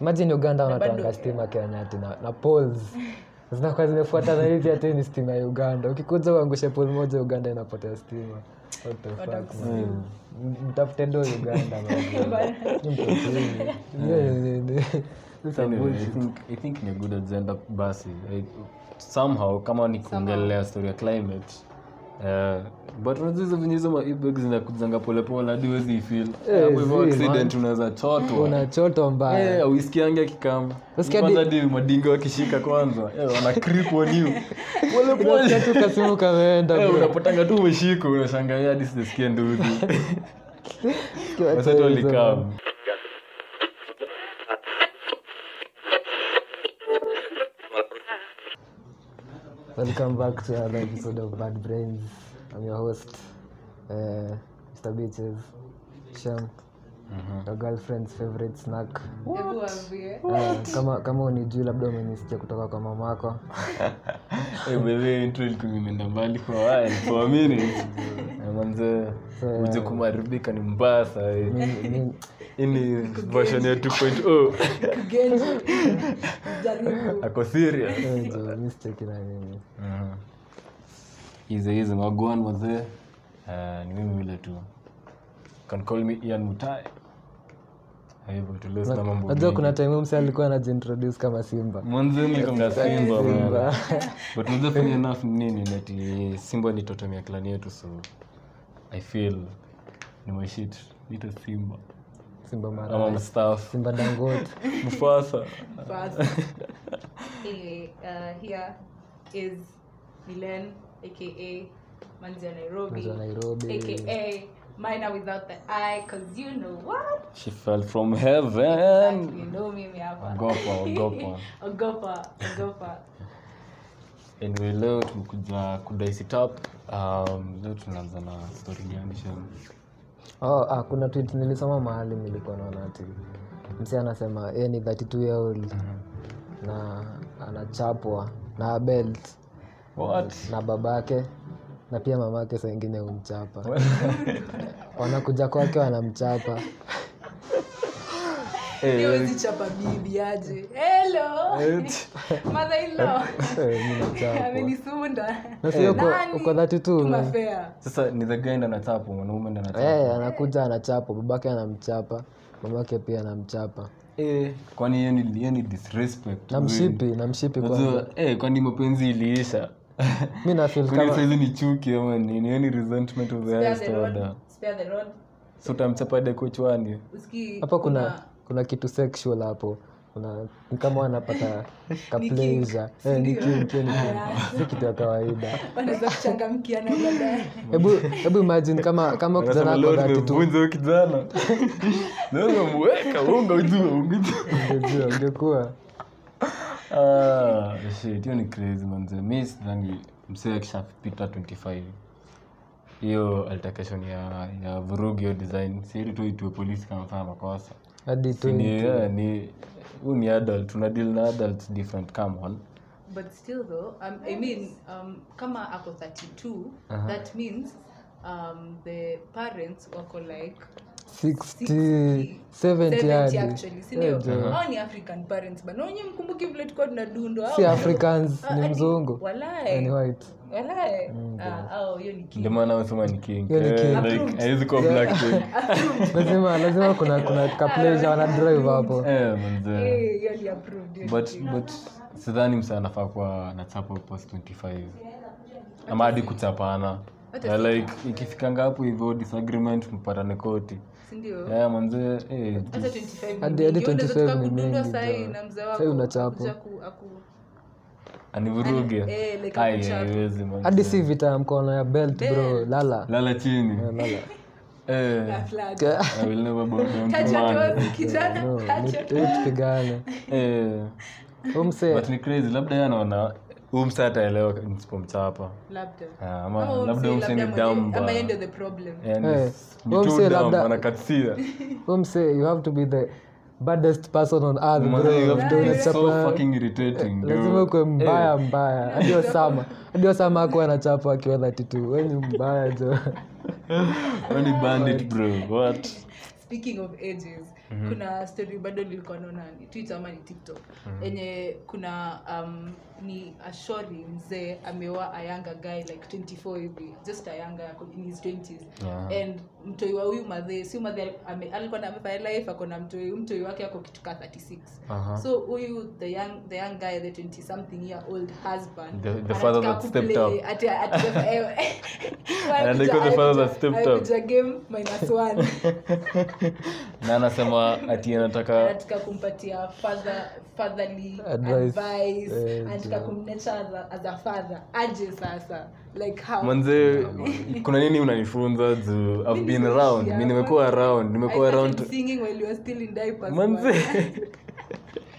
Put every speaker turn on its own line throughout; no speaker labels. imagine uganda wanatoanga stima kenya ati na, na poles zinakuwa zimefuata na hizi ati ni stima ya uganda ukikuja uangushe pol moja uganda inapotea stima What the fuck, man. M- mtafute ndo uganda man. Mtotini. Nini? These are
Anyway, I
bullshit.
think- I think ni a good agenda basi I- somehow kama ni kuongelea story ya climate eh, but unajua hizo venye hizo maibeg zinakuzanga polepole hadi huwezi ifil
Eh,
hivyo
zii,
accident unaweza chotwa
unachoto mbaya
Eh, uisikiange akikama
Usikia
kwanza
di-
di madingo wakishika kwanza Eh, wana creep on you polepole
Unasikia tu kasimu kameenda
Eh,
bro.
unapatanga tu umeshika unashangaa hadi sijasikia ndudhi
Usikia watu
waseto
hizo, man.
walikam
Welcome back to another episode of Bad Brains. I'm your host, uh, Mr. Beaches, Sham, your girlfriend's favorite snack. Uh, kama kama unijui labda umenisikia kutoka kwa mamako
Eh, imeenda mbali kwa waya for minutes manze uje kumaribika ni mbaya sahii
Mi- mi-
ni version ya 2.0 ako serious Mm-hmm.
eh, jo, mi sicheki na mimi
hizo hizo wagwan wazee Eh, ni mimi vile tu can call me ian mutai Eh, hivyo tulesna mambo
najua kuna time mse alikuwa anajiintroduce kama simba
mwanzoni nilikuanga simba man. but unajua funny enough ni nini ni ati simba ni totem ya clan yetu so i feel ni my shit nita simba
simba mara
ama mstaff
simba dangote
mufasa
anyway, uh, here is Milen, aka Manzia Nairobi,
Manzi wa Nairobi.
aka Mina without the eye, cause you know what?
she fell from heaven
You know mimi hapa.
ogopa ogopa
Ogopa, ogopa.
anyway leo tumekuja kudaisit um, leo tunaanza na story gani shem
Oh, ah, kuna tweet nilisoma mahali nilikuwa naona ati msi anasema yeye ni 32 year old
Mm-hmm.
na anachapwa na belt
what
na babake na pia mamake saa ingine humchapa wanakuja kwake wanamchapa Eh.
hey,
Huwezi chapa bibi aje. Hello. Mother-in-law.
Eh, mi nachapwa
Amenisunda.
na sio uko
Eh. Nani?
uko 32
Tuma
man.
fair.
sasa ni the guy ndo anachapwa mwanaume ndo anachapwa
Eh, anakuja anachapwa babake anamchapa mamake pia anamchapa
Eh, kwani hiyo ni hiyo ni disrespect
na mshipi na mshipi kwanza
Unajua, eh, kwani mapenzi iliisha
mi nafil
kwani
kama
saizi ni chuki ama nini hiyo ni resentment of the
Spare
highest
the
order
road. Spare the road.
so utamchapa dekochwani
Usiki-
hapa kuna kuna kitu sexual hapo kuna ni kama wanapata kapleja ni kink, hiyo ni kink. si kitu ya kawaida
wanaweza kuchangamkiana baadaye.
hebu hebu imagine kama kama kijana
Unasema,
ako
"Lord,
dhati tu
nimevunja huyu kijana Leo nimemweka, wewe ungejua, ungejua."
ungejua ungekuwa
Ah, shit, hiyo ni crazy manze mi sidhani msee akishapita 25 hiyo altercation ya ya vurugu hiyo design sieri tu itue polisi kama fanya makosa
hadi tu
ni yeah, ni huu ni adult tuna deal na adults different come on
but still though um, i mean um, kama ako 32
Uh-huh.
that means um, the parents wako like
60 70
70
hadi Eh,
actually sindio
Yeah,
Hao ni african parents banaonye mkumbuki vile tulikuwa tunadundwa
si
hao-
africans
Oh. Ah,
ni
ati-
mzungu Yaani Mm,
walae,
ni white
walae. Ah, au, hiyo ni
ndio
kitu
maana wanasema ni king
Hiyo ni
Eh,
king.
like, haiwezi kuwa black king
lazima lazima kuna kuna kapleja wanadrive hapo
Eh, manze.
Eh, hiyo ni approved, hiyo ni
but but sidhani msa anafaa kuwa nachapa post 25 ama hadi kuchapana Yeah, like ikifikanga hapo hivyo disagreement mpatane koti
sindio
yeah, manze eh,
hata 25 ni
Hadi- hadi
mingi. Unaweza
25 ni
tukakudundwa
mingi,
sahi
jo.
na mzee
Sahi
wako
unachapo.
akuja ku- aku-
anivuruge
eh, like
Ai,
akuchapa.
haiwezi, manze.
hadi si vita ya mkono ya belt bro lala
lala chini
lala
Eh,
flat.
I will never bow down to
Touch
man.
your toes, kijana,
No,
touch your
ni- tupigane
Eh,
Huyu msee
but ni crazy labda yeye anaona huu msa ataelewa nisipomchapa
labda
Ah, ama
Ama huyu
labda
msee,
huyu mse ni
labda mwenye- ama yeye
damba
ndio the problem
Eh,
yani
huyu
ni
mse
too dumb
labda-
anakatisia
Huyu msee you have to be the baddest person on earth bro.
Mazee, you have to
Ndio
be so
unachapa-
fucking Eh. irritating, dude.
lazima ukwe mbaya mbaya hadi osama hadi osama akuwa anachapa akiwa 32 we ni mbaya jo
Wewe ni bandit, bro. What?
speaking of ages
Mhm.
mm-hmm. kuna story bado nilikuwa naona ni twitter ama ni tiktok
Mhm.
yenye mm-hmm. kuna um, ni ashori mzee amewa a younger guy like 24 hivi just a younger ako in his 20s
Yeah.
and mtoi wa huyu madhe si madhe alikuwa na amefanya life akona mtoi huyu mtoi wake ako kitu ka 36
Aha.
so huyu the young, the young guy the 20 something year old husband
The- the father that
anataka
stepped
kuplay
up.
ati- ati- eh,
And they call the father that stepped up.
Amekuja game minus one
na anasema ati anataka
anataka kumpatia father- fatherly
Advice.
advice
Eh,
anataka
ndio.
kumnature as a- as a father aje sasa like how
manze kuna nini unanifunza juu I've been around mi nimekuwa around
I
nimekuwa
started
around
singing while you were still in diapers,
manze
man.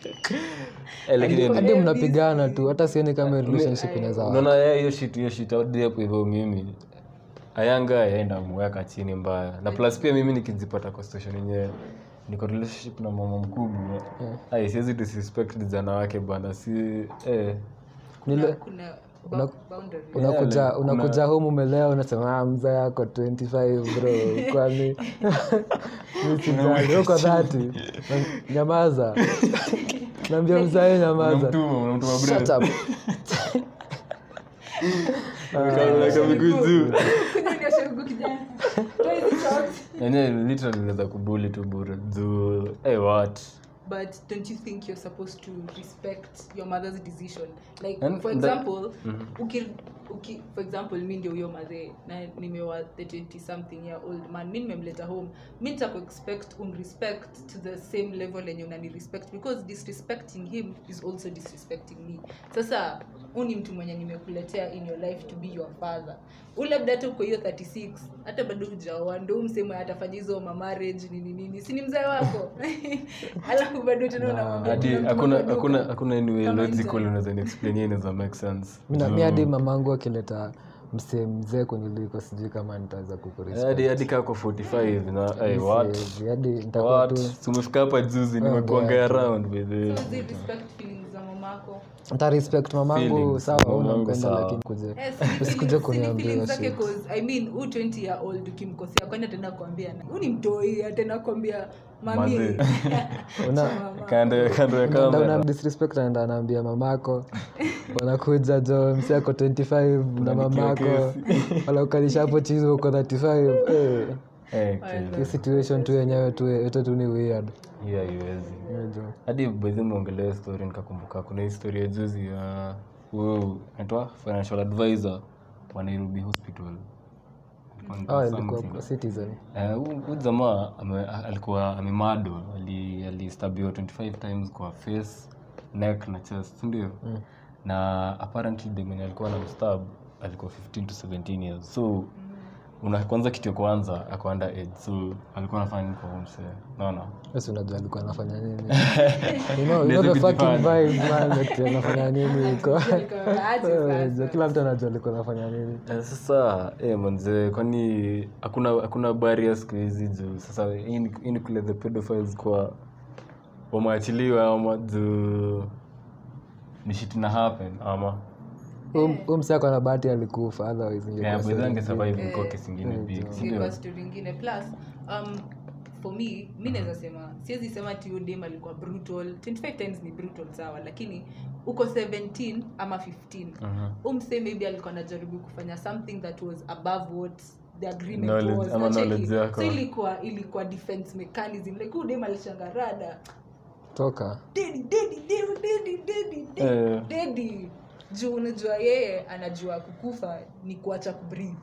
Eh, lakini
Alikuwa-
yani,
hadi mnapigana tu hata sioni kama relationship inaweza work.
unaona eh, hiyo shit hiyo shit hadi hapo hivyo mimi ayanga yaenda mweka chini mbaya na plus pia mimi nikijipata kwa station yenyewe niko relationship na mama mkubwa ai siwezi disrespect vijana wake bana si eh.
Kuna- kuna ba- boundary.
unakuja
like,
unakuja humu umelewa unasema "Ah, mzee yako 25 bro kwani mi sijali, uko 30 Na- nyamaza naambia mzae nyamaza
unamtuma unamtuma
Shut
breath.
up.
Unakaa- unakaa miguu juu
Kunyonyesha huku kijana. Toa hizi socks.
yenyewe literally naweza kubuli tu bure juu eh, what
but don't you think you're supposed to respect your mother's decision like
And
for
the-
example
Mm-hmm.
uki, uki, for example mi ndio huyo madhe na nimewa the 20 something year old man mi nimemleta home mi nitakuexpect umrespect to the same level enye unanirespect because disrespecting him is also disrespecting me sasa huu ni mtu mwenye nimekuletea in your life to be your father u labda hata uko hiyo 36 hata bado ujaoa ndo msema atafanya hizo mamarage nini nini si ni mzee wako alafu bado tena unamwambia
hadi
tunamtuma
hakuna
kwa duka.
hakuna hakuna any way
Kama
logical
nje.
unaweza ni explain yeye inaweza make sense
Mi na- mi hadi mamangu akileta msee mzee kuniliko sijui kama nitaweza kukurespect.
Eh, hadi hadi kaa kwa 45 na hey, what
Siwezi, hadi nitakuwa
what
tu
tumefika hapa
Oh,
juzi nimekuanga around by the
So they respect feelings za mamako
nta respect mamangu
Feelings,
sawa
mamangu
unampenda
sawa.
lakini kuje
Eh, si ni
Usikuje
feelings- si ni
kuniambia
feelings zake
shit.
'cause, I mean, huu 20 year old ukimkosea kwani ataenda kuambia na- huu ni mtoi ataenda kuambia mami
Maze.
Una-
kando kando ya
unaenda
kamera
una disrespect naenda anaambia mamako unakuja jo msi ako 25 na mamako wala ukalisha hapo chizi uko 35 Eh,
eh okay.
hii situation tu yenyewe tu yote tu ni weird
hiyo haiwezi
Unajua.
hadi bahi meongelea story nikakumbuka kuna hii story ya juzi ya huyu anaitwa financial advisor wa nairobi hospital Alikuwa
Ah,
anataka
ilikuwa
something.
kwa citizen
Eh, huu- huu jamaa ame- alikuwa amemado alistabiwa 25 times kwa face neck na chest sindio mm. na apparently the mwenye alikuwa na mstab alikuwa 15 to 17 years so una kwanza kitu ya kwanza ako under age so alikuwa anafanya nini kwa homse naona
basi unajua alikuwa anafanya nini You know- you know
Inaweza
the fucking
kujifanya.
vibes, man, like, anafanya nini huko
"Ah,
Eh, kila mtu anajua alikuwa anafanya nini
Eh, sasa eh, manze kwani hakuna hakuna barrier siku hizi juu sasa hii ni- hii ni kule the pedophiles kwa wameachiliwa ama juu ni shit na happen ama
huu msi ako na bahati alikufa otherwise ingekuwa
yeah,
story
yeah, Eh, angesurvive
Eh,
mko kisingine big si ndio?
Ilikuwa story ingine plus um, for me mi naweza sema siwezi sema ati huyo dem alikuwa brutal 25 times ni brutal sawa lakini uko 17 ama 15
Mhm.
umse maybe alikuwa anajaribu kufanya something that was above what the agreement
Knowledge,
was
ama
Nacheki.
knowledge yako.
so ilikuwa ilikuwa defense mechanism like huyu dem alishangarada
toka
dedi dedi dedi dedi dedi
Eh.
dedi dedi juu unajua yeye anajua kukufa ni kuacha kubreathe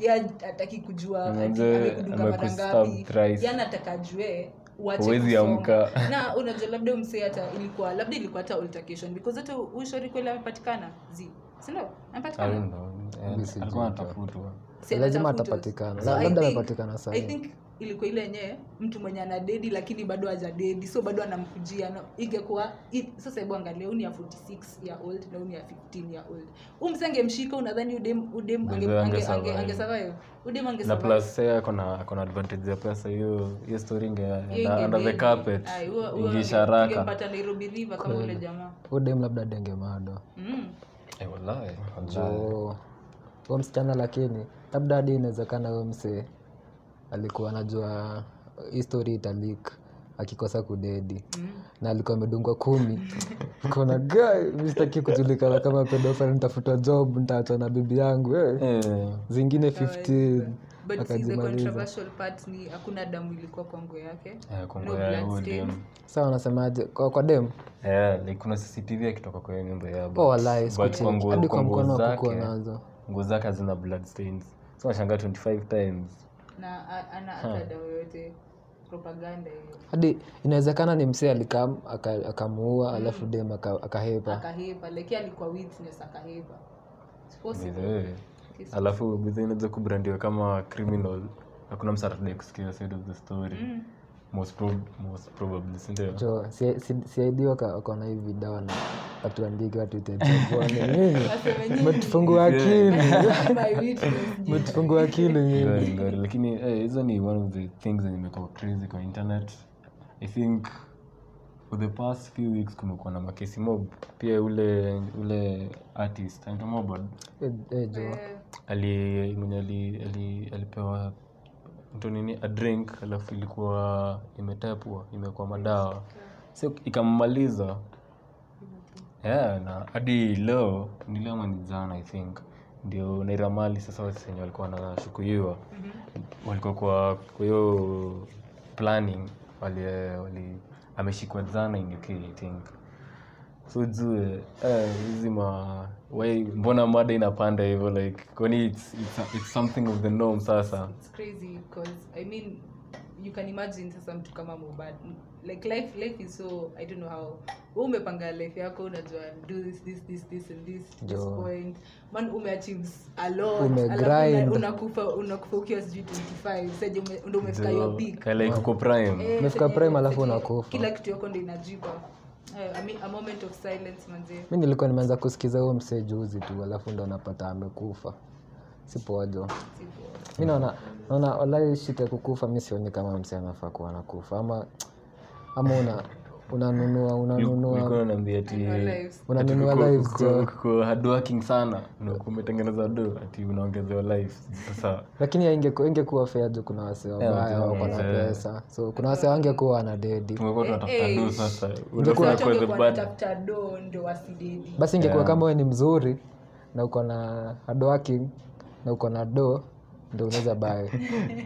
ye ataki kujua ati
Manze,
amekudunga mara
amekustab
ngapi
thrice.
yani ataka ajue uache
Huwezi
kusonga.
amka.
na unajua labda umsee hata ilikuwa labda ilikuwa hata altercation because hata ushori kweli amepatikana zi sindo
I
amepatikana
don't know. Eh,
Missing
alikuwa
job.
anatafutwa
Si
lazima
anatafutwa.
atapatikana.
So
La-
I
labda
think-
anapatikana saa
i
hii.
think ilikuwa ile yenyewe mtu mwenye ana dedi lakini bado haja dedi so bado anamkujia no, ingekuwa i- sasa hebu angalia uni ya 46 year old na uni ya 15 year old umsenge mshika unadhani udem udem
Mzee
ange- ange-
angesurvive.
ange- angesurvive udem ange
na plus eh, akona akona advantage ya pesa hiyo hiyo story inge
Hiyo
under the
ingebidi.
carpet
Ai, huo- huo
ingeisha haraka
ingempata nairobi river kama ule jamaa
Huyu dem labda denge mado
mm.
Eh, wallahi, wallahi.
Jo. huyo msichana lakini labda hadi inawezekana huyo msee alikuwa anajua hii story italik akikosa kudedi
mm.
na alikuwa amedungwa kumi kona ga mistaki kujulikana kama pedofil nitafuta job nitaachwa na bibi yangu eh.
Eh,
zingine 15
but see, the
Akajimaliza.
controversial part ni hakuna damu ilikuwa kwa nguo yake
eh, kwa
No
nguo ya
blood
huyo
stain.
dem.
saa wanasemaje kwa, kwa dem
Eh, like kuna cctv akitoka kwa hiyo nyumba ya
oh,
but-
walai
but kwa
sikucheki
nguo-
hadi
kwa
kwa mkono
nguo
wakukuwa
zake
nazo
nguo zake hazina blood stains so nashangaa 25 times
na a- ana hata damu yoyote propaganda hiyo
hadi inawezekana ni msee alikam aka- akamuua alafu dem aka- akahepa
akahepa like alikuwa witness akahepa It's possible.
Bizarre. Eh, alafu bidhaa inaweza kubrandiwa kama criminal hakuna msarada kusikia side of the story
Mm.
most, prob- most probably sindio
jo siaidi wakaona hii video na watuandike watuitetebuane nini
Waseme nyinyi
metufungua akili
ni my witness, nyinyi.
metufungua akili nyinyi
Ngori, ngori. lakini eh, hizo ni one of the things zenye imekuwa crazy kwa internet i think for the past few weeks kumekuwa na makesi mob pia ule ule artist anaitwa mobad
Eh, eh, jo
Eh,
ali mwenye ali, ali, alipewa mtu nini a drink alafu ilikuwa imetepwa imekuwa madawa so ikammaliza yeah, na hadi leo ni leo ama ni jana i think ndio nairamali sasa wasenye walikuwa wanashukuiwa walikuwa kwa kwa hiyo planning wali, wali ameshikwa jana in uk i think so jue eh, hizi ma why mbona mada inapanda hivyo like kwani it's, it's, it's something of the norm sasa
it's crazy because i mean you can imagine sasa mtu kama mobad like life life is so i don't know how we umepanga life yako unajua do this this this this and this this
Jo.
point man umeachieves a lot
Ume
alafu
grind.
una- unakufa unakufa ukiwa sijui 25 saje ume- ndo umefika your peak
Ka- like uko prime
Eh,
Umefika
saje-
prime alafu
saje
unakufa.
kila kitu yako ndo inajipa Eh, I mean, a moment of silence manzee
mi nilikuwa nimeanza kusikiza huo msee juzi tu alafu ndo napata amekufa sipojo
Sipo.
mi naona naona walai shit ya kukufa mi sioni kama msee anafaa kuwa nakufa ama ama una unanunua unanunua
ulikuwa unaambia ati
Our lives.
unanunua
Kuku-
lives
kuku-
jo
kuku hard working sana na umetengeneza do ati unaongezewa life sasa
lakini ingekuwa ingekuwa fair juu kuna wase wabaya
Eh, watu
wako na
wabaya.
pesa so kuna wase wangekuwa wana dedi
tumekuwa tunatafuta
eh,
do sasa
Sasa
unafaa
watu
kuwa the
wangekuwa
bad
wanatafuta doo ndo wasidedi
basi ingekuwa kama we ni mzuri na uko na hard working na uko na do ndo unaweza bae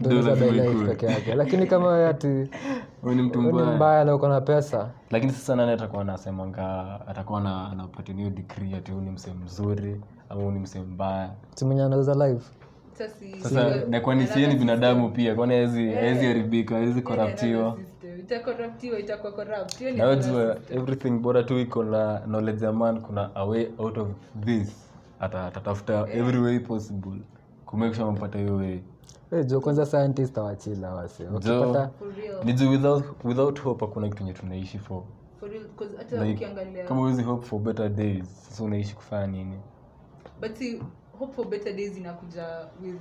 ndo unaweza buy life peke yake lakini kama we ati
Wewe ni mtu
we ni
mbaya
mbaya na uko na pesa
lakini sasa nani atakuwa anasemanga atakuwa na- anapatia hiyo degree ati huu ni msee mzuri ama huu ni msee mbaya
simwenye anauza live
Sasa si-
sasa na kwani siye ni binadamu pia kwani
Eh.
hawezi- hawezi haribika hawezi koraptiwa
itakoraptiwa itakuwa corrupt hiyo ni
nawajua everything bora tu iko na knowledge ya man kuna a way out of this Ata- atatafuta every way possible kumake sure amepata hiyo way
Eh, jo kwanza scientist awachila wase wakipata
for real
ni juu without, without hope hakuna kitu enye tunaishi for
for real because hata
Like,
ukiangalia
kama huwezi hope for better days sasa unaishi kufanya nini
but see, hope for better days inakuja with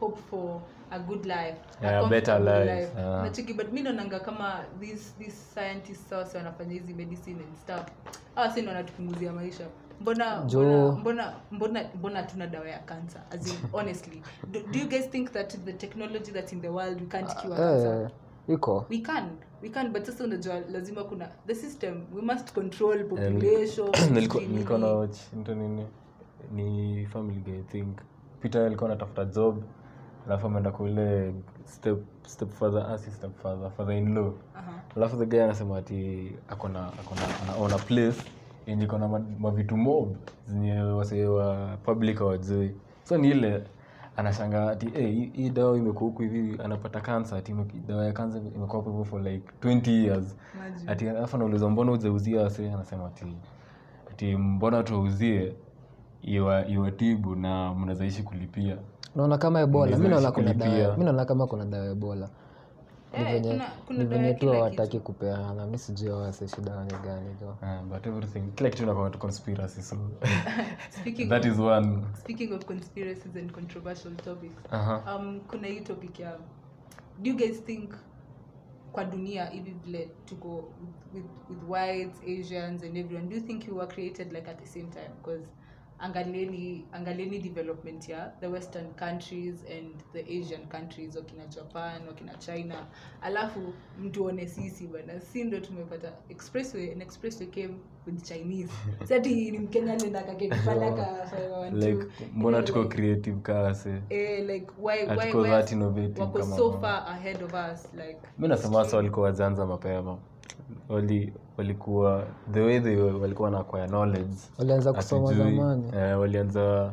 hope for a good life a
Yeah,
comfortable
better life,
life.
yeah.
Unacheki, but mi naonanga kama these these scientists sasa wanafanya hizi medicine and stuff hawa sasa ndio wanatupunguzia maisha mbona
Jo.
mbona mbona mbona mbona tuna dawa ya cancer as in honestly do, do you guys think that the technology that's in the world we can't
Uh,
cure cancer
eh, iko
we can we can but sasa unajua lazima kuna the system we must control population
Nilikuwa-
nini.
nilikuwa na watch mtu nini ni family guy I think peter alikuwa anatafuta job alafu ameenda kule step ah, step father asi step father father in law
Aha.
alafu the guy anasema ati akona akona anaona place yenye iko na ma- mavitu mob zenye wasee wa public hawajui so ni ile anashanga ati hey, hii- hii dawa imekuwa huku hivi anapata kansa ati ime- dawa ya kansa imekuwa hapo hivyo for like 20 years
Imagine.
ati alafu anauliza mbona ujauzia wase anasema ati ati mbona tuwauzie iwa- iwatibu na mnawezaishi kulipia
naona kama ebola mi
Unaweza
naona kuna
kulipia.
dawa mi naona kama kuna dawa ya ebola ni
Eh,
venye-
kuna- kuna
ni
dawa ya
venye tu
kila
hawataki kupeana mi sijui awase shida wani gani jo
Ah, but everything kila kitu inakuwa tu conspiracy so
Speaking
that is one
speaking of conspiracies and controversial topics
Aha.
um, kuna hii topic ya do you guys think kwa dunia hivi vile tuko with, with whites asians and everyone do you think you were created like at the same time because angalieni angalieni development ya the western countries and the asian countries wakina japan wakina china alafu mtuone sisi bana si ndo tumepata expressway and expressway came with chinese sati ni mkenya alendakakekipalaka
like mbona tuko creative kawase
Eh, like why, why,
Hatuko
why
that innovative
wako
kama
so
wao.
far ahead of us like
mi nasema wasa walikuwa wazianza mapema Wali, walikuwa the way they were, walikuwa na acquire knowledge
walianza kusoma
Hatujui,
zamani
eh, walianza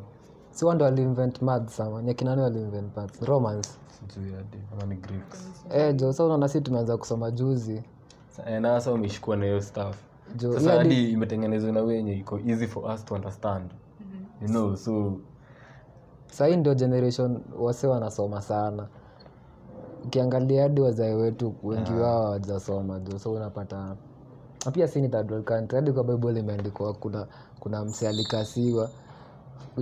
si wando waliinvent mad samani akinani waliinvent maths, romance
sijui hadi kama ni Greeks.
eh, jo sa unaona si tumeanza kusoma juzi
Sa- eh, na sasa wameshikwa na hiyo stuff
jo
sasa
hiyo hadi-
hadi imetengenezwa na wenye iko easy for us to understand
Mm-hmm.
you know so
sahii ndio generation wase wanasoma sana ukiangalia hadi wazae wetu wengi wao hawajasoma jo so unapata na pia si ni third world country hadi kwa bible imeandikwa kuna kuna mse alikasiwa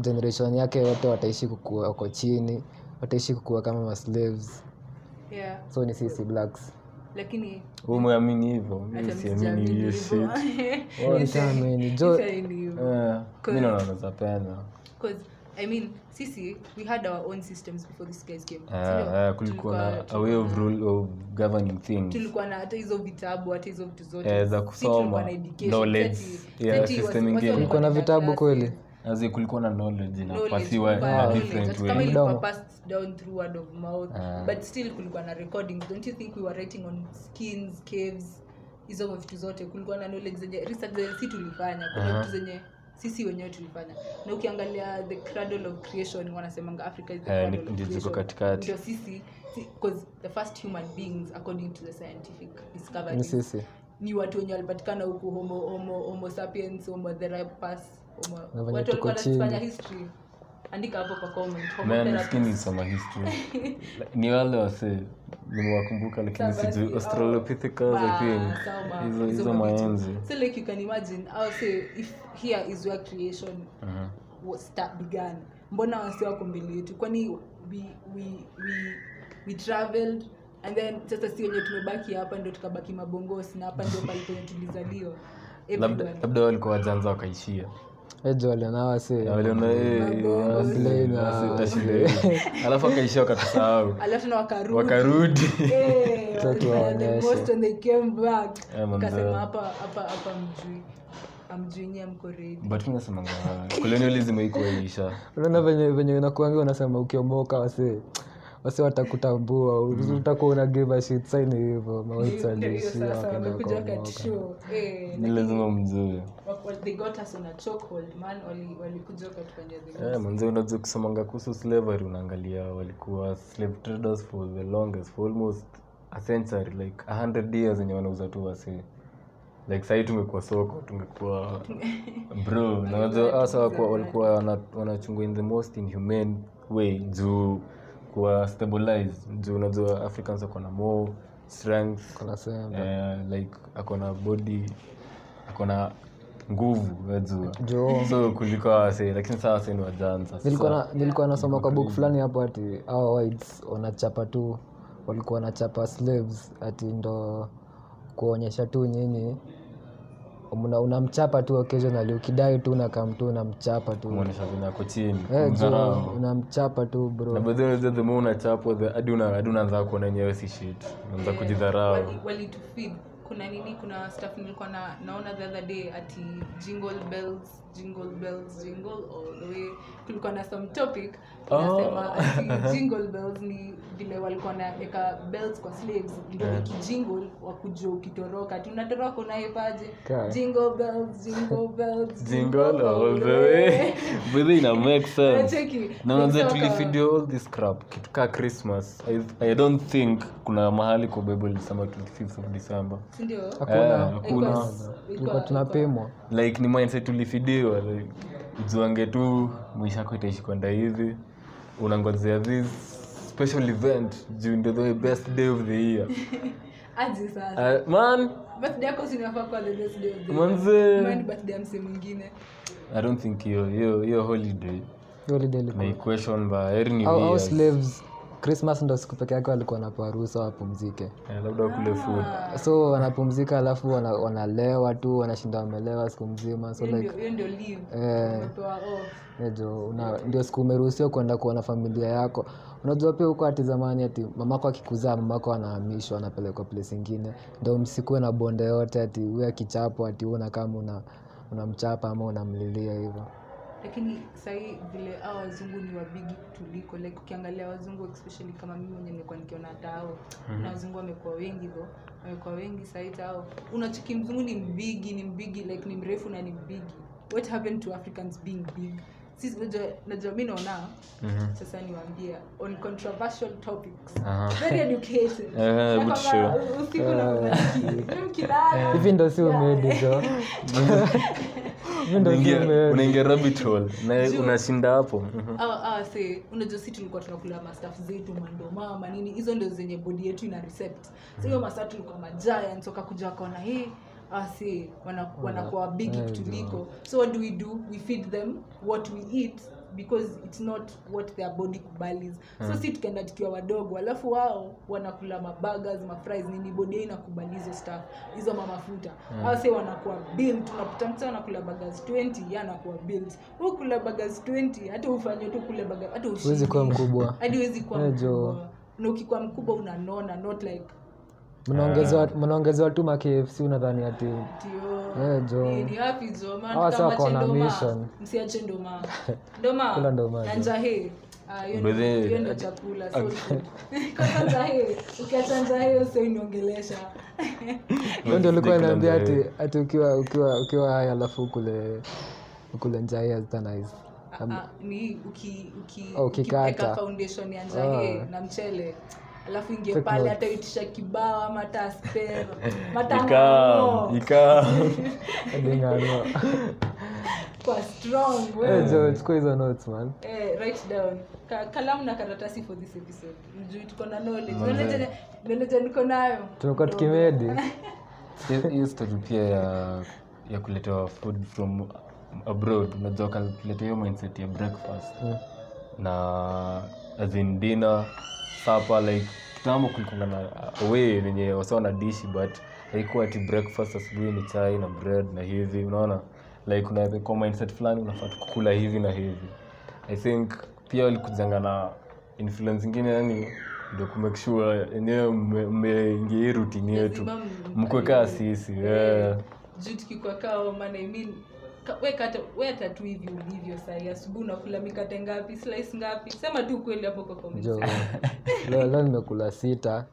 generation yake wote wataishi kukua wako chini wataishi kukua kama maslaves
yeah
so ni sisi blacks
lakini
wewe umeamini hivyo mi
hata
siamini
msijaamini hivyo.
hiyo shit Oh,
Nisameni, jo
Siamini hivyo.
Eh, mi naona wanaweza penda
'Cause, I mean sisi we had our own systems before these guys came
Eh,
Si ndio?
eh, kulikuwa na a way of rule of governing things
tulikuwa na hata hizo vitabu hata hizo vitu zote
Eh, za
Si
kusoma,
tulikuwa na education,
knowledge,
seti-
yeah,
seti
system
wasi- wasi
ingine.
walikuwa
Tulikuwa na
na
vitabu
classes,
kweli.
As in, kulikuwa na knowledge
knowledge,
inapasiwa in a
kupata
different
knowledge. kama
way Ah.
Mdomo.
ilikuwa passed down through word of mouth but still kulikuwa na recordings don't you think we were writing on skins caves hizo vitu zote kulikuwa na knowledge zenye research zenye si tulifanya kuna vitu zenye sisi wenyewe tulifanya na ukiangalia the cradle of creation wanasemanga africa is the
Eh,
cradle
ni-
of
ndio ziko
creation.
katikati.
ndio sisi because the first human beings according to the scientific
ni
discoveries
sisi
ni watu wenye walipatikana huku homo homo homo sapiens homo therapus homo
Na
watu
venye tuko
walikuwa
chini.
wanafanya history andika hapo kwa comment homo
Man,
therapus.
lakini soma history ni wale wase nimewakumbuka lakini
Sawa,
sijui
basi,
australopithecus i
Ba,
think
sawa,
hizo hizo
oh. hizo mavitu.
maenzi
so like you can imagine I'll say if here is where creation
Mhm.
was start began mbona wasi wako mbele yetu kwani we, we, we, we traveled and then sasa si wenye tumebaki hapa ndio tukabaki mabongosi na hapa ndio palipenye tulizaliwa
labda
Everyone.
labda walikuwa wajanza wakaishia
ejo Eh, walionawa si
Na waliona, eh, wase-
Blame
wase
na-
utashinda hivi. alafu wakaishia wakatusahau
alafu na wakarudi
wakarudi
Try
Eh,
to
walifanya the
waonyeshe.
most when they came back.
Eh, mambo.
Wakasema, hapa hapa hapa mjui amjui nyie mko ready
but mi nasemanga colonialism haikuwaisha
unaona venye venye nakuangi unasema ukiomoka wase wase watakutambua utakuwa una give a shit saini hivo mawaitsi
Ndio hiyo
waliishia
sasa
wakaenda
wamekuja
wakaomoka
wakatushow. Eh,
ni lazima mzue
wa- wa- they got us on a chokehold, man. Wali- walikuja wakatufanyia the most.
Yeah, Eh, manze unajua kusomanga kuhusu slavery unaangalia walikuwa slave traders for the longest for almost a century like a hundred years yenye wanauza tu wasi like sahii tumekuwa soko tungekuwa bro unajua hasa wakuwa- walikuwa wana- wanachungwa in the most inhumane way juu kuwa stabilize juu unajua africans wako na more strength
Kuna sehemu.
eh, like akona body akona nguvu wajua
Jo.
so kuliko wase lakini saa wase ni wajanza
nilikuwa na- nilikuwa nasoma kwa
Mm.
book fulani hapo ati awa whites wanachapa tu walikuwa wanachapa slaves ati ndo kuonyesha tu nyinyi mna- unamchapa tu occasionally ukidai tu unakam tu unamchapa
Mm.
tu
mwonyesha venye ako chini
Eh, jo,
mdharau
unamchapa tu
na
bro
bedhi unajua the more unachapwa the- hadi una- hadi unaanza kuona enyewe si shit unaanza
Wali-
kujidharau
walitufeed kuna nini kuna stuff nilikuwa na, naona the other day ati jingle bells jingle bells jingle all the way kulikuwa na some topic
Oh.
inasema ati jingle bells ni vile walikuwa naweka bells kwa slaves ndio yeah. ikijingle wakujua ukitoroka ati unatoroka unaepaje
Ka.
jingle bells jingle bells
jingle all the way bedhi ina make sense
Unacheki?
na
Like,
unajua
waka-
tulifidio all this crap kitu kaa christmas I, i don't think kuna mahali kwa bible ilisema 25th of december
sindio
Hakuna.
Eh, hakuna
tulikuwa tunapimwa
like ni mindset ulifidiwa like, ujuange tu maisha yako itaishi kwenda hivi unangojea this special event juu ndio the best day of the year
aje sasa
uh, man
birthday yako sinafaa kuwa the best day of the year.
Manze.
Mine birthday ya msee mwingine
i don't think hiyo hiyo hiyo holiday
hiyo holiday ilikuwa
na equation by every new
au, au
years
slaves christmas ndo siku peke yake walikuwa wanapewa ruhusa wapumzike
Eh, labda
Ah.
wakule food
Ah,
so wanapumzika alafu wana- wanalewa tu wanashinda wamelewa siku mzima so
hiyo
like
ndio- hiyo ndio leave
eh,
umepewa off
Ejo, una, ndio siku umeruhusiwa kuenda kuona familia yako unajua pia huko hati zamani ati mamako akikuzaa mamako anahamishwa anapelekwa place ingine ndo msikuwe na bonde yote ati huyu akichapo ati una kama una unamchapa ama unamlilia hivyo
lakini sahii vile hao wazungu ni wabigi tuliko like ukiangalia wazungu especially kama mimi mwenye nilikuwa nikiona hata hao
Mhm.
na wazungu wamekuwa wengi hivyo wamekuwa wengi sahii hata hao unachiki mzungu ni mbigi ni mbigi like ni mrefu na ni mbigi what happened to africans being big sisi najua- najua mi naona
Mhm.
sasa niwaambia on controversial topics
Aha.
very educated
Eh,
Na
good
kwamba
show.
usiku unakubaliki. Mkilala,
hivi ndo si umedi jo hivi ndo si
Unaingia-
umedi
unaingia rabbit hole na unashinda hapo Mhm.
Awa- awa se Ah, unajua si tulikuwa tunakula mastaf zetu mandomaa manini hizo ndo zenye bodi yetu ina recept so hiyo masaa tulikuwa majiant wakakuja wakaona hii ase wanakuwa
Oh,
bigi tuliko so what do we do we feed them what we eat because it's not what their body kubalis so
Hmm.
si tukaenda tukiwa wadogo alafu wao wanakula mabagas mafries nini bodi yao inakubali hizo stuff hizo mamafuta
Hmm.
mm. au se wanakuwa built unakuta mtu anakula bagas 20 yeye anakuwa built hukula bagas 20 hata ufanye tu kule bagas hata
huwezi kuwa
ushinde.
mkubwa
hadi huwezi kuwa
Eh, jo.
mkubwa na ukikuwa mkubwa unanona not like
mnaongezewa mnaongezewa tu makfc unadhani ati
ndio
Eh, jo.
ni wapi jo Maana
Hawa sawa
tukaambiwa
kwa wana
ndoma,
mission.
msiache ndoma ndoma
Kula ndoma,
na
jo.
njahe Ah, hiyo ndio-
Bethe-
hiyo ndio chakula so kwanza njahe ukiacha njahe usioniongelesha
hiyo ndio ulikuwa naambia ati ati ukiwa ukiwa ukiwa haya alafu ukule ukule njaa ya Zitanize.
Ah, ah, ni uki, uki,
Oh,
ukiweka
ukikata.
foundation ya njahe
Ah.
na mchele alafu ingie
Take
pale
note.
hata itisha kibao ama hata spero
Ikam,
matango
ikam.
Hadi ngano.
kwa strong we.
Eh, Joe, chukua hizo notes man
Eh, write down Ka- kalamu na karatasi for this episode mjui tuko na knowledge
Manze.
knowledge knowledge niko nayo
tumekuwa tukimedi
Hiyo- hiyo story pia ya ya kuletewa food from abroad unajua kalkuleta hiyo mindset ya breakfast
Mm.
na as in dinner supper like kitambo kulikuwa na away venye wasa wana dishi but haikuwa ati breakfast asubuhi ni chai na bread na hivi unaona like una kwa mindset fulani unafaa tu kukula hivi na hivi i think pia walikujanga na influence ingine yani ndio kumake sure enyewe mme- mmeingia hii rutini yetu
Lazima m-
mkwekaa sisi
Eh.
Eh. yeah.
juu tukikuwa kao man i mean ka- we kata we hata tu hivi ulivyo sahi asubuhi unakula mikate ngapi slice ngapi sema tu kweli hapo kwa comments
jo leo leo nimekula sita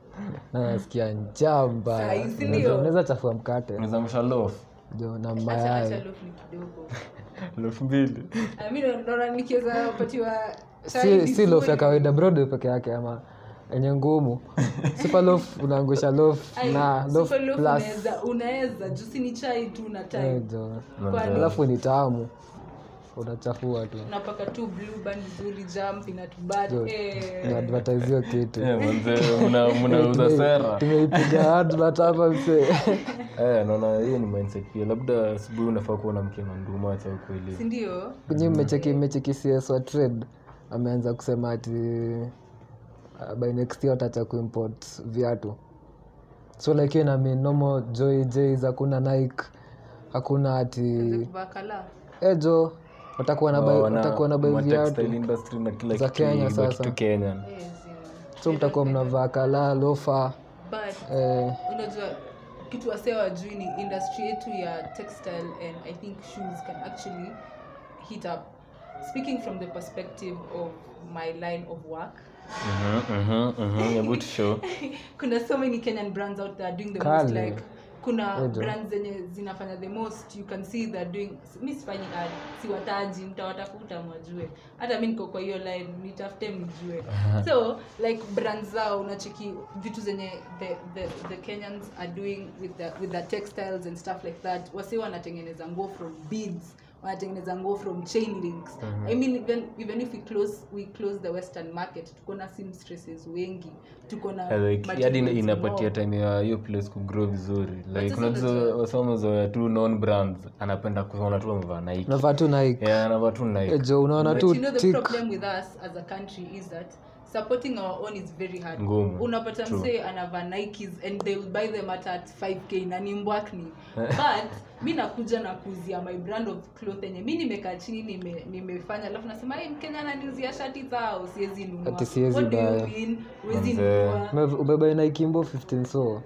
na nasikia njaa mbaya
Sahi, si
Unaweza-
ndio?
unaweza chafua mkate
unazangusha lof
jo na
acha acha
mayai
lofu ni kidogo
lof mbili
I mean, naona nikiweza patiwa chai
si, si loaf ya
vizuri.
kawaida broadway peke yake ama enye ngumu super loaf unaangusha loaf
Ai,
na loaf
super loaf
plus
unaweza unaweza juu si ni chai tu na
Eh,
tai
jo
Kwani-
alafu ni tamu unachafua tu
napaka tu blue band nzuri jam peanut butter
Good.
eh
unaadvatizio kitu Eh,
Yeah, manze, mna- mnauza Eh, sera
tumeipiga advert hapa msee
Eh, naona hiyo ni mindset pia labda asubuhi unafaa kuwa na mke na nduma cha ukweli
si ndio
nyi mmecheki mmecheki cs wa trade ameanza kusema ati uh, by next year watacha kuimport viatu so like hiyo nami nomo joy js hakuna nike hakuna ati
bakala
ejo watakuwa na buy-
Oh, Wana-
watakuwa na
ma
bai
textile
viatu
industry na kila
Za
kitu,
Kenya
ibaki
sasa.
tu Kenya.
Eh,
so mtakuwa mnavaa kalaa lofa
but
eh,
unajua kitu wasee wajui ni industry yetu ya textile and i think shoes can actually hit up speaking from the perspective of my line of work
Mhm, mhm, mhm, hebu tushow.
kuna so many kenyan brands out there doing the most
Kale.
like kuna
Ejo.
brands zenye zinafanya the most you can see they're doing mi sifanyi ad siwataji mtawatafuta mwajue hata mi niko kwa hiyo line nitafute mjue so like brands zao unacheki vitu zenye the, the, the kenyans are doing with the, with the textiles and stuff like that wasi wanatengeneza nguo from beads wanatengeneza nguo from chain links i mean even, even if we close, we close the western market tuko na seamstresses wengi tuko na
Eh, like, hadi ina-
materials
inapatia
more.
time ya hiyo place kugrow vizuri like
sasa
unajua wasomazoya tu non brands anapenda kuona tu amevaa nike
unavaa tu nike
Yeah, anavaa tu nike
ejo Eh, unaona tu
you know the
tik
problem with us as a country is that supporting our own is very hard
Ngumu.
unapata
True.
msee anava nikes and they will buy them at, at 5k na ni mbwakni but mi nakuja na kuuzia my brand of cloth enye mi nimekaa chini nime- nimefanya alafu nasema hey, mkenya ananiuzia shati zao siwezi nunua
Ati siwezi
What do you
buy."
mean? Huwezi
Manze.
nunua
Ume- ubebe na ikimbo 15 so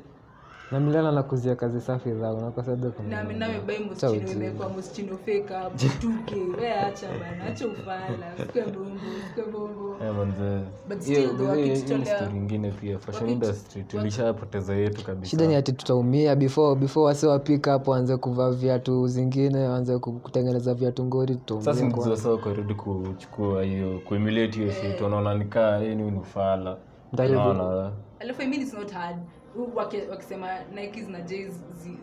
na milana na kuzia kazi safi zangu nakasaja
namenamebai moschino imekwa moschino feka tuke weacha bana acha ufala sikwe bombo sikwe bombo
Eh, manze.
but
Hiyo-
still though
hiyo- hiyo ni
wakitutolea
story ingine pia fashion industry tulishapoteza yetu
shida
kabisa
ni ati tutaumia before before wasi wapika hapo waanze kuvaa viatu zingine waanze ku- kutengeneza viatu ngori
sasa
tutaumia
ndizo sawa kurudi kuchukua hiyo kuemulate hiyo
Eh.
shit unaona nikaa yeye ni unifala
Mtaribu.
unaona
alafu I mean it's not hard U- wake- wakisema nikes na js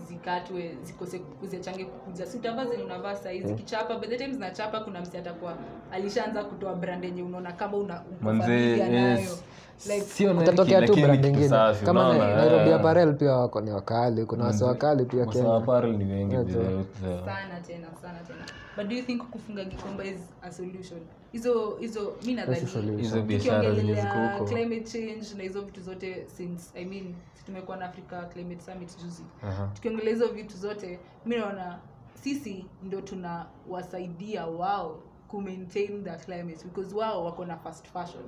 zikatwe zikose kuziachange kukuja si utavaa zenye unavaa sahizi
Mm-hmm.
kichapa by the time zinachapa kuna msi atakuwa alishaanza kutoa brand yenye unaona kama una uko
manze
familia nayo
yes.
Like,
Sio Nike,
kutatokea tu
lakini
brand
kitu
ingine
safi,
kama
unaona,
na- nairobi
eh.
apparel pia wako ni wakali kuna wasi wakali pia
Masawa
kenya
apparel ni wengi vile- vile.
sana tena sana tena but do you think kufunga gikomba is a solution hizo hizo mi nadhani
hizo biashara zenye ziko
tukiongelelea
huko
climate change na hizo vitu zote since i mean tumekuwa na africa climate summit juzi
Aha.
tukiongelea hizo vitu zote mi naona sisi ndo tunawasaidia wao ku maintain their climate because wao wako na fast fashion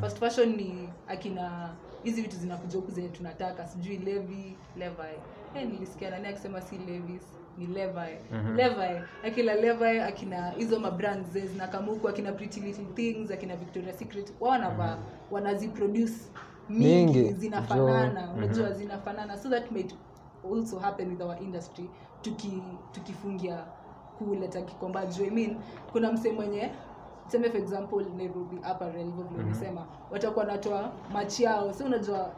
fast fashion ni akina hizi vitu zinakuja huku zenye tunataka sijui levi levi hey, nilisikia nani akisema si levis ni levi levi akila levi akina hizo mabrand zenye zinakama huku akina pretty little things akina victoria secret wao wanavaa wanaziproduce mingi,
Mingi,
zinafanana
Mm-hmm.
unajua zinafanana so that might also happen with our industry tuki tukifungia kuleta kikomba juu I mean, kuna msee mwenye tuseme for example nairobi apparel hivyo
Mm-hmm.
vile umesema watakuwa natoa machi yao so unajua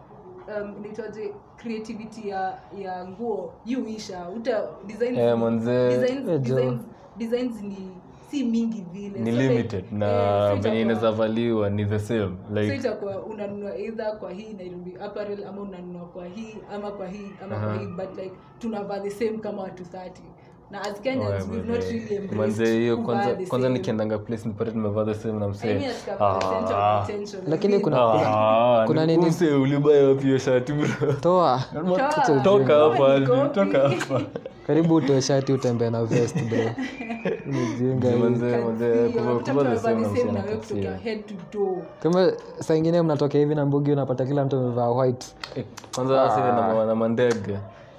um, inaitwaje creativity ya ya nguo yuisha uta designs,
Eh, manze.
designs,
Eh, Joe.
designs, designs ni si mingi vile
ni
So like,
limited na
eh, so
venye
itakuwa-
inaweza valiwa ni the same
so
like
itakuwa unanunua either kwa hii nairobi apparel ama unanunua kwa hii ama kwa hii ama kwa hii but like tunavaa the same kama watu 30 na as
oe,
kenyans we've not
manze.
really embraced
manze Oh, hiyo
kuvaa
kwanza
the
kwanza
same.
nikiendanga place nipate nimevaa the same na
I mean,
msee
katika
Ah.
percent of potential, I
Lakini
mean,
kuna-
Ah,
kuna
ni-
nini-
msee ulibaya wapi hiyo shati bro
toa
Toa.
Kichwa
toka
Toa
hapa
ni
Alvin,
kopi.
toka hapa
karibu utoe shati utembee na vest bro Mjinga hii.
manze manze
Unakuta
kuvaa
mtu
kuvaa the
amevaa
same
the same
na msee
na wewe kutoka
nakatsia
head to toe
kama saa ingine mnatokea hivi na mbugi unapata kila mtu amevaa white
Eh, kwanza sasa
Ah.
na na mandege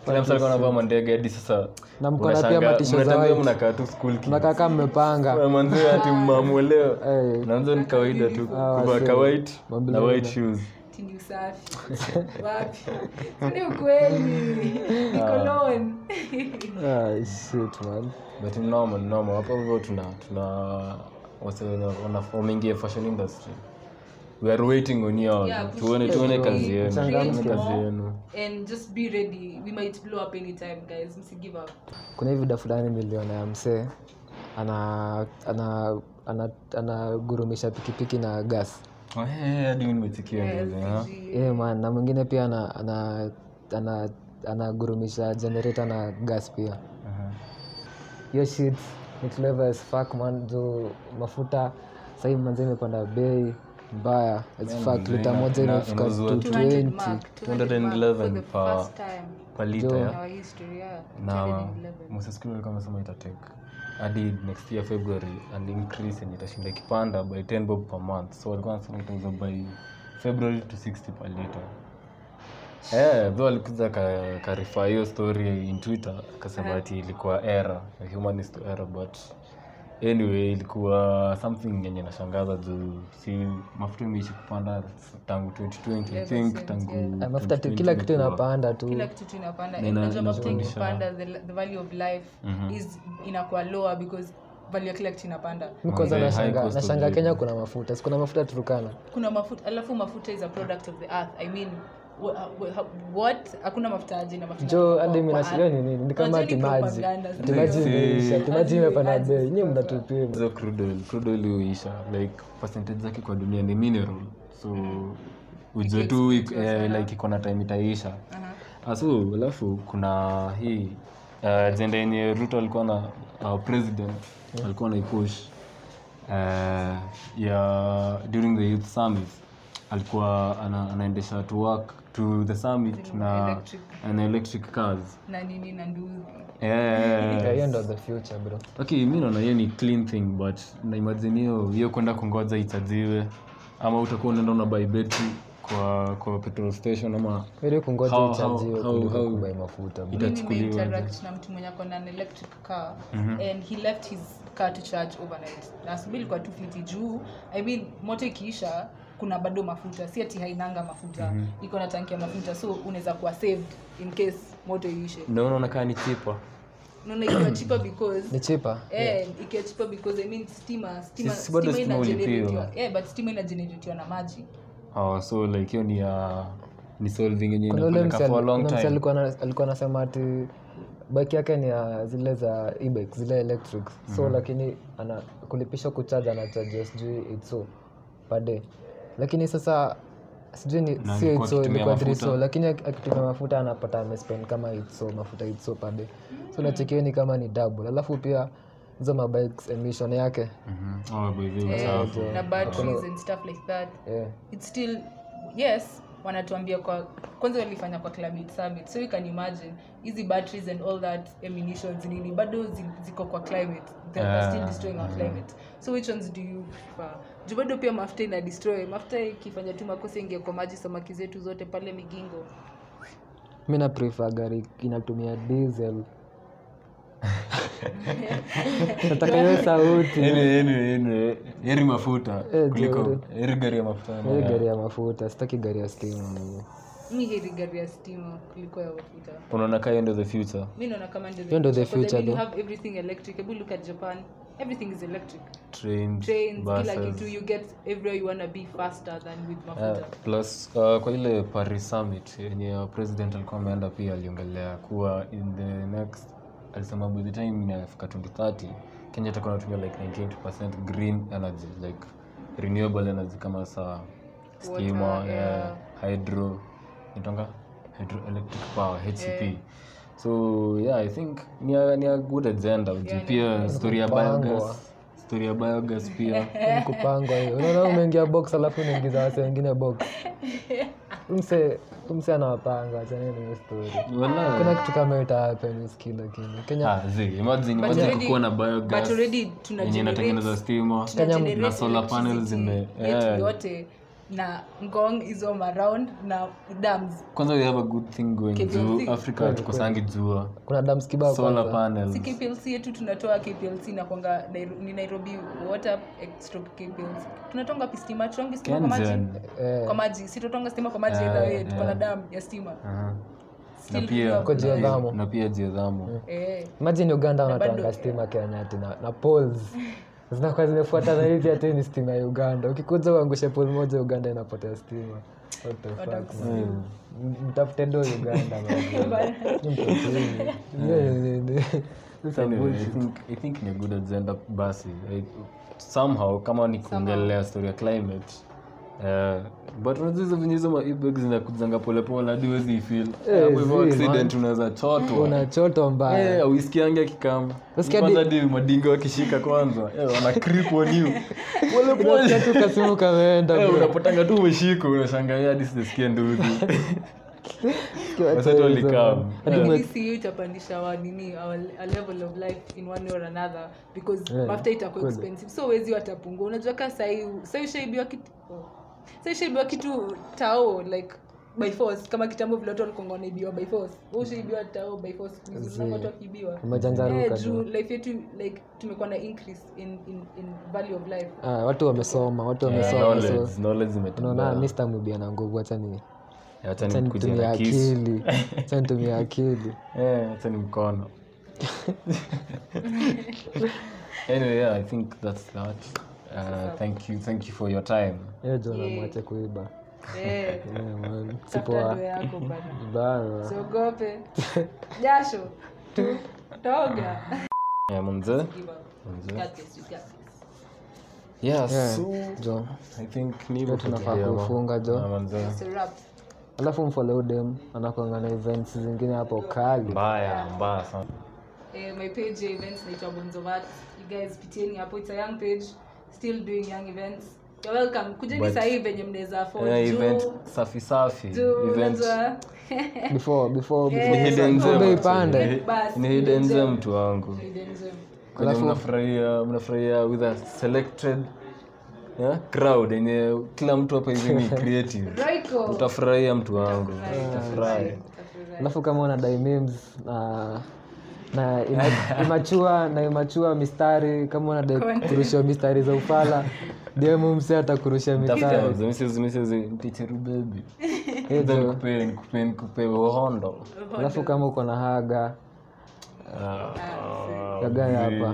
kila msee alikuwa anavaa mandege hadi sasa
Na mko na pia
unashangaa,
matisho za
mnatembea
white.
mnakaa tu school kids.
mnakaa kama mmepanga
Na manze ati mnamuelewa.
Eh. Ah,
Naanza ni kawaida tu kuvaa ka white na white shoes
Ati ni usafi wapi ni ukweli ni cologne
Ah, shit, man.
but ni noma ni noma hapo hivyo tuna tuna wase wenye wana- wameingia fashion industry we are waiting on you
Yeah,
tuone
push-
tuone
push-
kazi yenu
Mchangamke.
tuone kazi yenu
and just be ready we might blow up anytime guys msi give up
kuna hivi da fulani miliona ya msee ana ana ana anagurumisha pikipiki na gas
Oh, hey, hadi mimi nimetikia mzee, ha?
yeah, man na mwingine pia ana ana ana anagurumisha generator na gas pia
Aha.
hiyo shit ni clever as fuck man juu mafuta sahii manzi imepanda bei mbaya as fuck lita moja
ina-
imefika
inauzwa
200
220
mark 200 mark for the
211 per-
first time
Kwa lita,
Jo.
ya?
in our history yeah
na
211
Moses Kuria alikuwa amesema itatake hadi next year february an increase yenye itashinda ikipanda by 10 bob per month so walikuwa wanasema itauza by february to 60 per liter Eh, bro alikuja ka- karifaa hiyo story in twitter akasema ati ilikuwa era a humanist era but anyway ilikuwa something yenye nashangaza juu si mafuta imeishi kupanda tangu 2020 i think tangu
Ah, mafuta tu kila kitu
2020
inapanda tu
kila kitu tu inapanda
ina-
unajua mafuta
inapandisha.
ikipanda the, the value of life
Mhm.
is inakuwa lower because value ya kila kitu inapanda
mi kwanza
Manze, Eh, high
nashanga
cost of
nashanga
living.
kenya kuna mafuta si kuna mafuta turukana
kuna mafuta alafu mafuta is a product of the earth i mean wha- wha- what hakuna mafuta aje na mafuta
jo
kwa-
hadi mi
kwa
nashilio
earth.
ni nini ni
Unajua
kama
ni
timaji
propaganda, sio?
timaji
Si.
imeisha timaji
Hadi
imepanda
ads
bei nyi
zinakuwa-
mnatupima
hizo crude oil crude oil huisha like percentage zake kwa dunia ni mineral so ujue tu ik- eh, like iko na time itaisha aso alafu kuna hii uh, agenda yenye ruto alikuwa na uh, president eh, alikuwa naipush uh, ya during the youth summit alikuwa ana, anaendesha watu work to the summit na
Electric.
an electric cars
na nini na nduzi
Yeah,
yeah.
Eh, hiyo ndo the future bro
okay mi naona hiyo ni clean thing but naimajini hiyo hiyo kwenda kungoja ichajiwe ama utakuwa unaenda una buy beti kwa kwa petrol station ama
ili kungoja
How-
ichajiwe
how- how-
kuliko
how-
kubai mafuta bro.
Mimi
Itachukuliwa
nimeinteract na mtu mwenye akona an electric car
Mm-hmm.
and he left his car to charge overnight na asubuhi ilikuwa tu fiti juu i mean moto ikiisha kuna bado mafuta si ati hainanga mafuta
Mm-hmm.
iko na tanki ya mafuta so unaweza kuwa saved in case moto iishe
ndio unaona kaa ni chipa
unaona
Mm-hmm.
ikiwa cheaper because
ni chipa
Eh, ikiwa cheaper because i mean stima stima
Si- si bado
stima
stima
inageneratiwa
ulipiwa.
yeah but stima inageneratiwa na maji
oh, so like hiyo ni ya ni solving yenye
kuna ule
inapeleka
mse
for a long
alikuwa
time
na- alikuwa anasema ati bike yake ni ya zile za e-bike, zile electric so
Mhm.
lakini ana kulipisha kuchaja anachaja sijui itso pade lakini sasa sijui ni
Na
sio
alikuwa
itso
akitumia
ilikuwa
mafuta.
driso lakini ak- akitumia mafuta anapata amespend kama itso mafuta itso pade
Mhm.
so nachekio ni kama ni double alafu pia hizo mabikes emission yake
Mhm. Oh, by the way,
eh,
safi.
na batteries and stuff like that
yeah.
it's still yes wanatuambia kwa kwanza walifanya kwa climate summit so you can imagine hizi batteries and all that emissions nini bado zi- ziko kwa climate they
Yeah.
Ah.
are still destroying our climate so which ones do you prefer juu bado pia mafuta ina destroy mafuta ikifanya tu makosa ingia kwa maji samaki zetu zote pale migingo
mi na prefer gari inatumia diesel nataka hiyo sauti
Anyway, anyway, anyway, heri mafuta
Eh,
kuliko
Jordan.
heri gari ya mafuta
hiyo gari ya mafuta sitaki gari ya stima mimi.
mi heri gari ya stima kuliko ya mafuta
unaona kaa hiyo ndio the future
mi naona kama ndio
Hiyo ndio the
because I
future
mean you
though.
have everything electric hebu look at japan everything is electric
trains,
trains kila
buses.
kitu you get everywhere you wanna be faster than with mafuta
Yeah, plus uh, kwa ile paris summit yenye uh, president alikuwa ameenda pia aliongelea kuwa in the next alisema by the time inafika 2030 kenya itakuwa natumia like 98 green energy like renewable energy kama saa stima
Water,
yeah,
yeah.
hydro nitonga hydroelectric power hcp so yeah i think ni a, ni a good agenda yeah, pia story ya biogas story ya biogas pia
Ni kupangwa hiyo unaona umeingia box alafu unaingiza wase wengine box Mse- mse anawapanga achaneni hiyo story
Wallahi.
kuna kitu kama hiyo itahappen siku lakini kenya
Ah, zi, imagine- imagine
already-
kukuwa na
but
biogas
already tuna
yenye inatengeneza
generate
stima
tuna
Kenya
na
generate
solar panels
electricity
zime-
yetu
yeah.
yote na ngong hizo around na dams
kwanza we have a good thing going
Kitu
juu
zi-
africa tukosangi jua
kuna dams kibao
solar
kwanza.
si
panels
kplc yetu tunatoa kplc na kwanga ni nairobi water extra kplc tunatonga wapi stima tutongi stima kwa maji
Kengen.
Eh,
kwa maji si tutonga stima kwa maji either way tuko na dam ya stima
Aha.
Still
Na pia-
Kwa
renewable.
geothermal.
na pia geothermal
eh
imagine uganda wanatanga
bado-
stima kenya ati na, na poles zinakuwa zimefuata na hizi ati ni stima ya uganda ukikuja uangushe pol moja uganda inapotea stima What the fuck, man. M- mtafute do uganda man. Mtafuteni. Yeah, yeah, yeah. These are
Anyway, I
bullshit.
think- i think ni a good agenda basi I- somehow kama ni kuongelea story ya climate eh, but unajua hizo venye hizo maibeg zinakuzanga polepole hadi huwezi
Eh,
ifil hapo hivyo
zi,
accident unaweza chotwa
unachoto mbaya
Eh, auisikiange akikama
Usikia
kwanza di madingo akishika kwanza Eh, wana creep on you polepole
Unasikia tu kasimu kameenda
Eh,
bro.
unapatanga tu umeshika unashangaa hadi sijasikia nduzi
Ukiwa tu
Waseto
hizo,
walikam.
man.
Yeah.
Hadi
hiyo itapandisha wa nini our, a level of life in one way or another because
Yeah,
mafuta itakuwa
kweli.
expensive so wezi watapungua unajua kaa sahi sahi ushaibiwa kitu oh. sahi ushaibiwa kitu tao like by force kama kitambo vile watu walikuwa wanaibiwa by force wewe ushaibiwa tao by force siku hizi unaona watu wakiibiwa
umejanjaruka
Eh,
tu.
juu life yetu like tumekuwa na increase in, in, in value of life
Ah, watu wamesoma watu wamesoma so
Eh, knowledge knowledge imetembea.
unaona mi sitamwibia na nguvu hacha ni
Eh, acha
acha
nikujie
nitumie
na kisu.
akili hacha nitumie akili
Eh, acha ni mkono anyway yeah, i think that's that Uh, thank you thank you for your time
hiyo jo namwache kuiba
eh,
Yeah, man.
tafuta
sipoa
ndoa yako bana
bana
siogope jasho tu toga
yeah, mzee
Give up.
mzee
Got this, you got this.
yeah,
Yeah,
so
jo
i think ni hivyo
Leo tunafaa
tunaelewa.
kufunga, Jo.
Ah, mzee
It's a wrap.
alafu mfole udem anakuanga na events zingine hapo kali
mbaya mbaya sana
Eh, my page ya events naitwa bonzovat you guys pitieni hapo it's a young page still doing young events You're welcome. kujeni
But-
sahii venye mnaweza afford
Eh,
juu-
event safi safi
juu
event
Oh, unajua-
before before
Yeah.
ni
before-
hidden
before
gem
bei Eh,
actually.
ipande.
Ni-
Basi,
ni
hidden
hidden
gem.
gem mtu wangu kwenye
Alafu-
mnafurahia mnafurahia with a selected yeah, crowd yenye kila mtu hapa hivi ni creative
Royco.
utafurahia mtu wangu
Utafurahi,
utafurahi
utafurahi.
alafu kama una dai memes na na ima- imachua na imachua mistari kama unadai
Content.
kurusha mistari za ufala dmms atakurusha mistari
Tafuta, msezi- msezi, mtiche rubebi. Then
hizo
nikupee- nikupee- nikupee uhondo.
alafu kama uko na haga
Ah,
haga ya hapa